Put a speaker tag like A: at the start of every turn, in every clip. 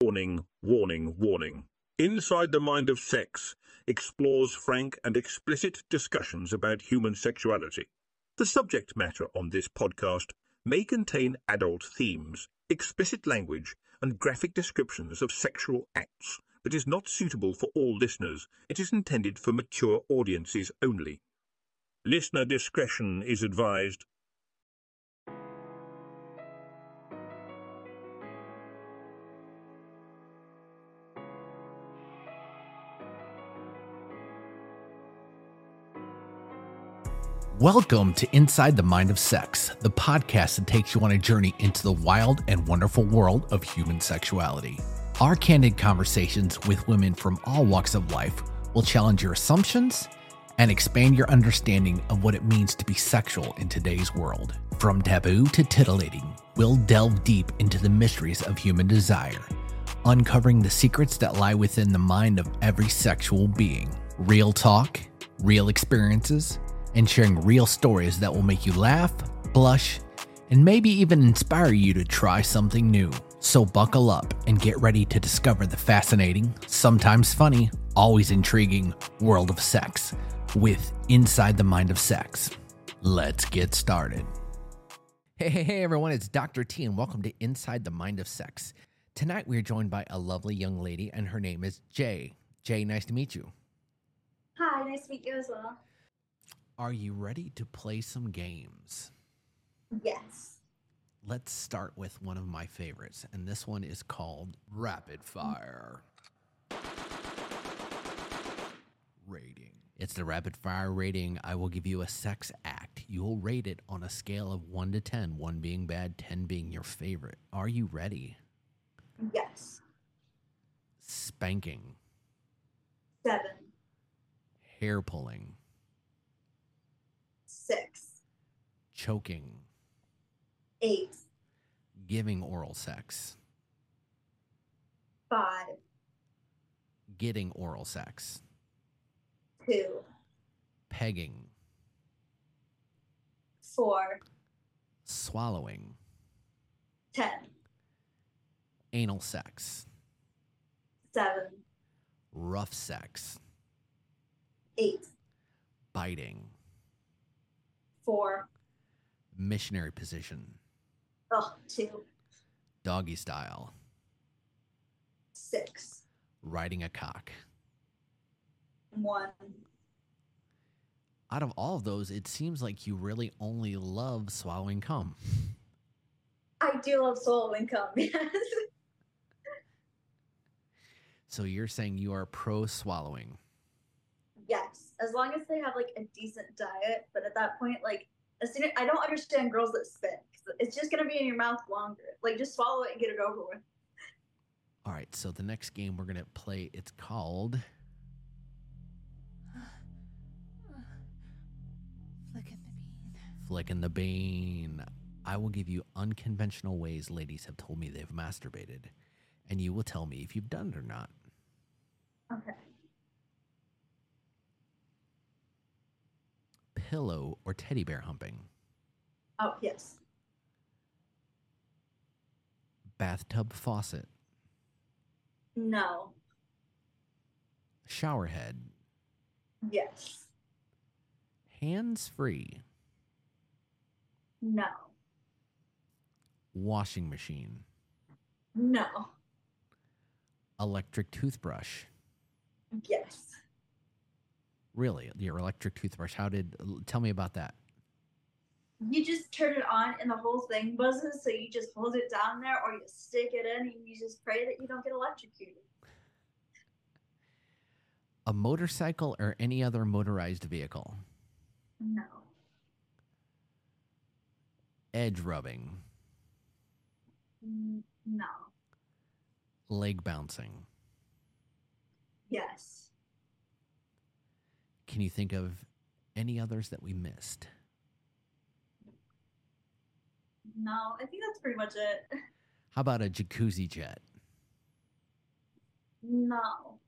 A: Warning, warning, warning. Inside the Mind of Sex explores frank and explicit discussions about human sexuality. The subject matter on this podcast may contain adult themes, explicit language, and graphic descriptions of sexual acts that is not suitable for all listeners. It is intended for mature audiences only. Listener discretion is advised.
B: Welcome to Inside the Mind of Sex, the podcast that takes you on a journey into the wild and wonderful world of human sexuality. Our candid conversations with women from all walks of life will challenge your assumptions and expand your understanding of what it means to be sexual in today's world. From taboo to titillating, we'll delve deep into the mysteries of human desire, uncovering the secrets that lie within the mind of every sexual being. Real talk, real experiences, and sharing real stories that will make you laugh, blush, and maybe even inspire you to try something new. So buckle up and get ready to discover the fascinating, sometimes funny, always intriguing world of sex with Inside the Mind of Sex. Let's get started. Hey, hey, hey, everyone, it's Dr. T, and welcome to Inside the Mind of Sex. Tonight, we are joined by a lovely young lady, and her name is Jay. Jay, nice to meet you.
C: Hi, nice to meet you as well.
B: Are you ready to play some games?
C: Yes.
B: Let's start with one of my favorites, and this one is called Rapid Fire Rating. It's the rapid fire rating. I will give you a sex act. You will rate it on a scale of 1 to 10, 1 being bad, 10 being your favorite. Are you ready?
C: Yes.
B: Spanking,
C: Seven.
B: hair pulling,
C: Six.
B: choking,
C: Eight.
B: giving oral sex,
C: Five.
B: getting oral sex,
C: Two.
B: pegging,
C: Four.
B: swallowing,
C: Ten.
B: anal sex,
C: Seven.
B: rough sex,
C: Eight.
B: biting,
C: Four.
B: missionary position,
C: Ugh. Two.
B: doggy style,
C: Six.
B: riding a cock.
C: One.
B: Out of all of those, it seems like you really only love swallowing cum.
C: I do love soul income. Yes.
B: So you're saying you are pro swallowing.
C: yes. As long as they have like a decent diet, but at that point, like as soon as, I don't understand girls that spit. 'cause It's just gonna be in your mouth longer. Like just swallow it and get it over with.
B: All right, so the next game we're going to play, it's called
D: Flicking the bean.
B: Flicking the Bean. I will give you unconventional ways ladies have told me they've masturbated, and you will tell me if you've done it or not.
C: Okay.
B: Pillow or teddy bear humping,
C: Oh yes.
B: bathtub faucet,
C: No.
B: shower head,
C: Yes.
B: hands free,
C: No.
B: washing machine,
C: No.
B: electric toothbrush.
C: Yes.
B: Really, your electric toothbrush? How did? l- Tell me about that.
C: you just turn it on and the whole thing buzzes. So you just hold it down there, or you stick it in, and you just pray that you don't get electrocuted.
B: A motorcycle or any other motorized vehicle?
C: No,
B: Edge rubbing,
C: Mm, no,
B: leg bouncing.
C: yes,
B: Can you think of any others that we missed?
C: no. I think that's pretty much it.
B: How about a jacuzzi jet?
C: No,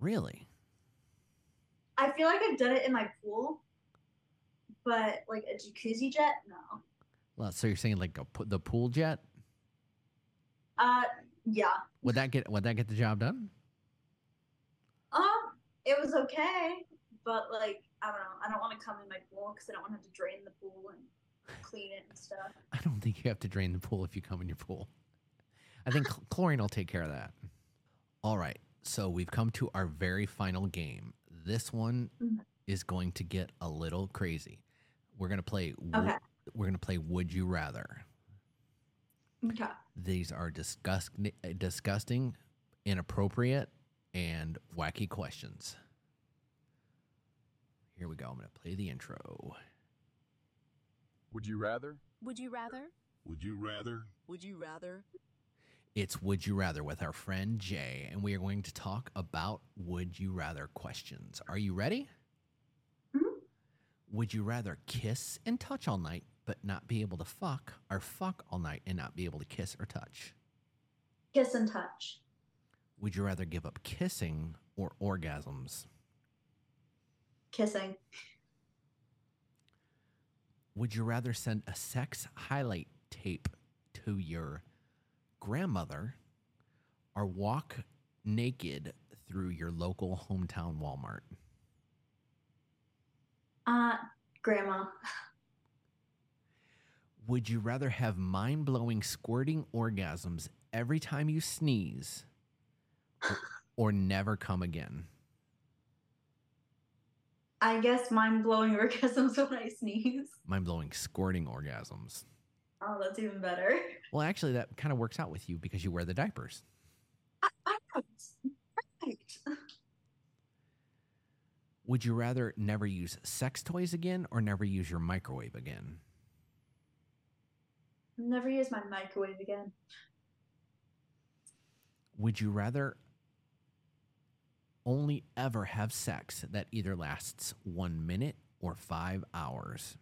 B: Really?
C: I feel like I've done it in my pool, but like a jacuzzi jet, no.
B: Well, so you're saying like a, po- the pool jet
C: Uh, yeah.
B: would that get would that get the job done?
C: Um, it was okay, but like I don't know. I don't want to come in my pool because I don't want to have to drain the pool and clean it and stuff.
B: I don't think you have to drain the pool if you come in your pool. I think cl- chlorine will take care of that. All right. So we've come to our very final game. This one
C: Mhm.
B: is going to get a little crazy. We're going to play wo-
C: Okay.
B: we're going to play would you rather.
C: Okay.
B: These are disgust- disgusting, inappropriate, and wacky questions. Here we go. I'm going to play the intro.
E: Would you rather?
D: Would you rather?
A: Would you rather?
F: Would you rather?
B: It's Would You Rather with our friend Jay, and we are going to talk about Would You Rather questions. Are you ready?
C: Mhm.
B: Would you rather kiss and touch all night but not be able to fuck, or fuck all night and not be able to kiss or touch?
C: Kiss and touch.
B: Would you rather give up kissing or orgasms?
C: Kissing.
B: Would you rather send a sex highlight tape to your grandmother or walk naked through your local hometown Walmart?
C: Uh, grandma.
B: Would you rather have mind blowing squirting orgasms every time you sneeze or, or never come again?
C: I guess mind blowing orgasms when I sneeze.
B: Mind blowing squirting orgasms.
C: Oh, that's even better.
B: Well, actually, that kind of works out with you because you wear the diapers.
C: I, I know. it's Perfect.
B: Would you rather never use sex toys again or never use your microwave again?
C: Never use my microwave again.
B: Would you rather only ever have sex that either lasts one minute or five hours?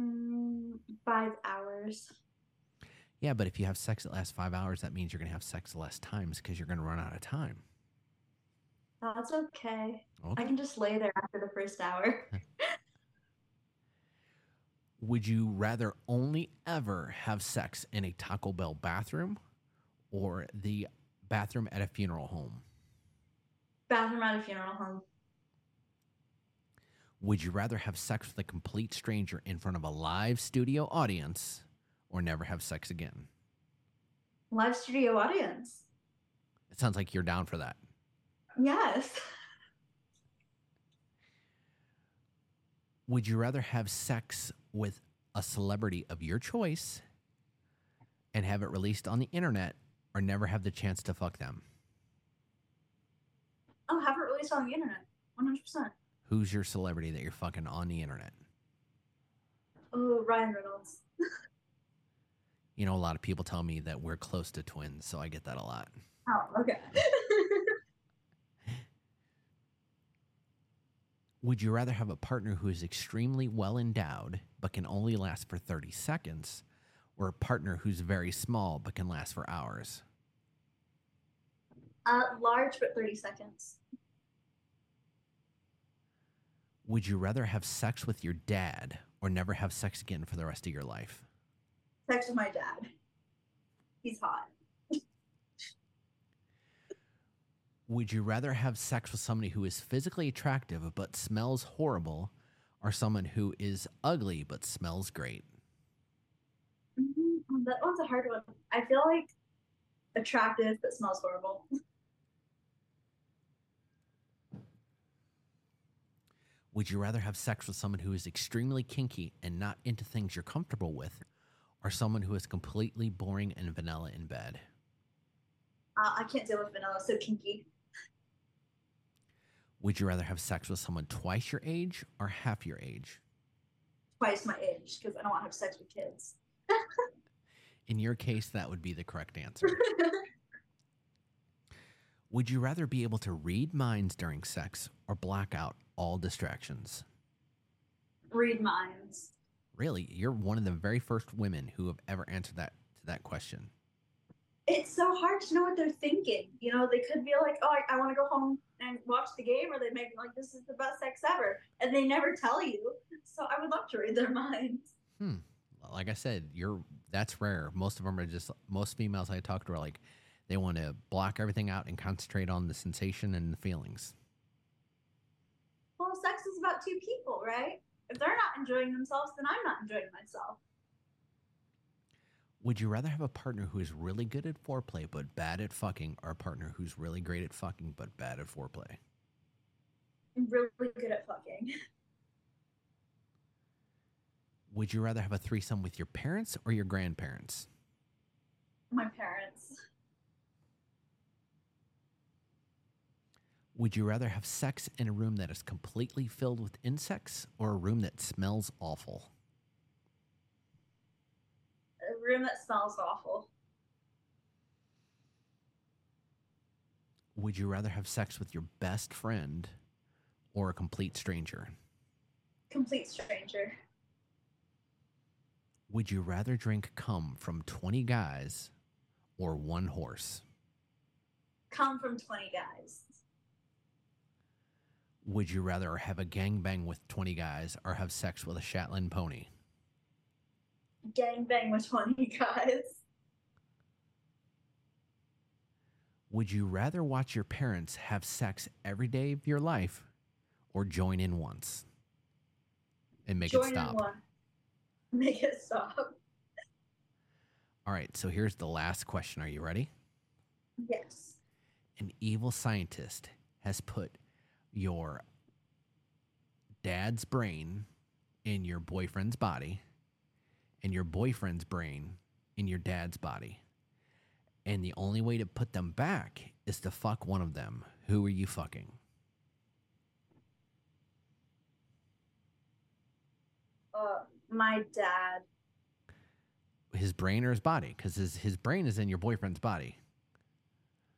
C: Mm, five hours.
B: Yeah, but if you have sex that lasts five hours, that means you're going to have sex less times because you're going to run out of time.
C: That's okay. I
B: Okay.
C: can just lay there after the first hour.
B: Would you rather only ever have sex in a Taco Bell bathroom or the bathroom at a funeral home?
C: Bathroom at a funeral home.
B: Would you rather have sex with a complete stranger in front of a live studio audience or never have sex again?
C: Live studio audience.
B: It sounds like you're down for that.
C: Yes.
B: Would you rather have sex with a celebrity of your choice and have it released on the internet or never have the chance to fuck them?
C: Oh, have it released on the internet. 100%.
B: Who's your celebrity that you're fucking on the internet?
C: Oh, Ryan Reynolds.
B: You know, a lot of people tell me that we're close to twins, so I get that a lot.
C: Oh, okay.
B: Would you rather have a partner who is extremely well endowed but can only last for 30 seconds or a partner who's very small but can last for hours?
C: uh, large, but 30 seconds.
B: Would you rather have sex with your dad or never have sex again for the rest of your life?
C: Sex with my dad. He's hot.
B: Would you rather have sex with somebody who is physically attractive but smells horrible or someone who is ugly but smells great?
C: Mhm. Oh, That one's a hard one. I feel like attractive, but smells horrible. Uh,
B: Would you rather have sex with someone who is extremely kinky and not into things you're comfortable with, or someone who is completely boring and vanilla in bed?
C: Uh, I can't deal with vanilla, so kinky.
B: Would you rather have sex with someone twice your age or half your age?
C: Twice my age, because I don't want to have sex with kids.
B: In your case, that would be the correct answer. would you rather be able to read minds during sex or block out all distractions?
C: Read minds.
B: Really, you're one of the very first women who have ever answered that to that question.
C: It's so hard to know what they're thinking. You know, they could be like, oh, I, I want to go home and watch the game, or they may be like, this is the best sex ever. And they never tell you. So I would love to read their minds.
B: Like I said, you're that's rare. Most of them are just most females I talk to are like they want to block everything out and concentrate on the sensation and the feelings.
C: Well, sex is about two people, right? If they're not enjoying themselves, then I'm not enjoying myself.
B: Would you rather have a partner who is really good at foreplay but bad at fucking or a partner who's really great at fucking but bad at foreplay?
C: I'm really good at fucking.
B: Would you rather have a threesome with your parents or your grandparents?
C: My parents.
B: Would you rather have sex in a room that is completely filled with insects or a room that smells awful?
C: A room that smells awful.
B: Would you rather have sex with your best friend or a complete stranger?
C: Complete stranger.
B: Would you rather drink cum from 20 guys or one horse?
C: Come from 20 guys.
B: Would you rather have a gangbang with 20 guys or have sex with a Shetland pony?
C: Gang bang with 20 guys.
B: Would you rather watch your parents have sex every day of your life or join in once and make
C: Join
B: it
C: in
B: stop?
C: one. Make it stop.
B: All right, so here's the last question. Are you ready?
C: Yes.
B: An evil scientist has put your dad's brain in your boyfriend's body and your boyfriend's brain in your dad's body. And the only way to put them back is to fuck one of them. Who are you fucking?
C: Uh, my dad.
B: His brain or his body? Because his, his brain is in your boyfriend's body.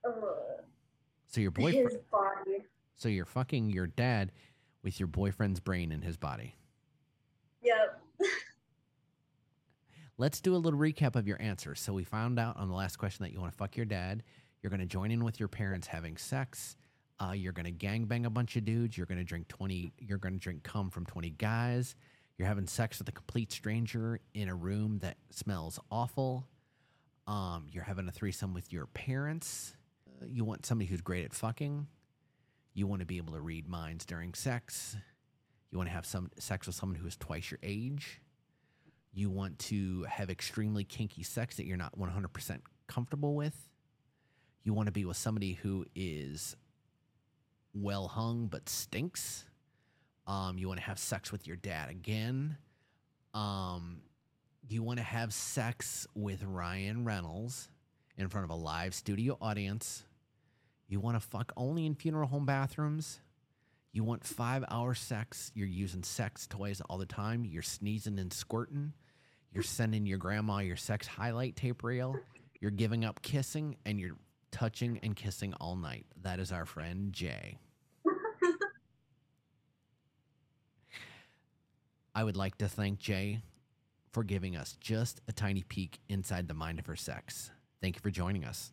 C: Ugh.
B: So your boyfriend.
C: uh, His body.
B: So you're fucking your dad with your boyfriend's brain in his body.
C: Yep.
B: Let's do a little recap of your answers. So we found out on the last question that you want to fuck your dad. You're going to join in with your parents having sex. Uh, you're going to gangbang a bunch of dudes. You're going to drink 20, you're going to drink cum from 20 guys. You're having sex with a complete stranger in a room that smells awful. Um, you're having a threesome with your parents. Uh, you want somebody who's great at fucking. You want to be able to read minds during sex. You want to have some sex with someone who is twice your age you want to have extremely kinky sex that you're not 100% comfortable with you want to be with somebody who is well hung but stinks um, you want to have sex with your dad again um, you want to have sex with ryan reynolds in front of a live studio audience you want to fuck only in funeral home bathrooms you want five hour sex. You're using sex toys all the time. You're sneezing and squirting. You're sending your grandma your sex highlight tape reel. You're giving up kissing and you're touching and kissing all night. That is our friend Jay. I would like to thank Jay for giving us just a tiny peek inside the mind of her sex. Thank you for joining us.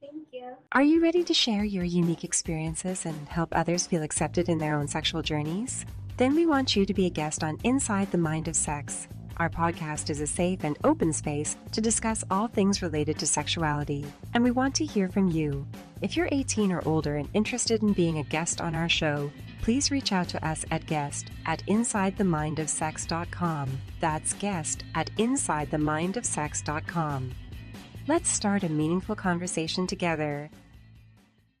C: Thank you.
F: Are you ready to share your unique experiences and help others feel accepted in their own sexual journeys? Then we want you to be a guest on Inside the Mind of Sex. Our podcast is a safe and open space to discuss all things related to sexuality, and we want to hear from you. If you're 18 or older and interested in being a guest on our show, please reach out to us at guest at insidethemindofsex.com. That's guest at insidethemindofsex.com. Let's start a meaningful conversation together.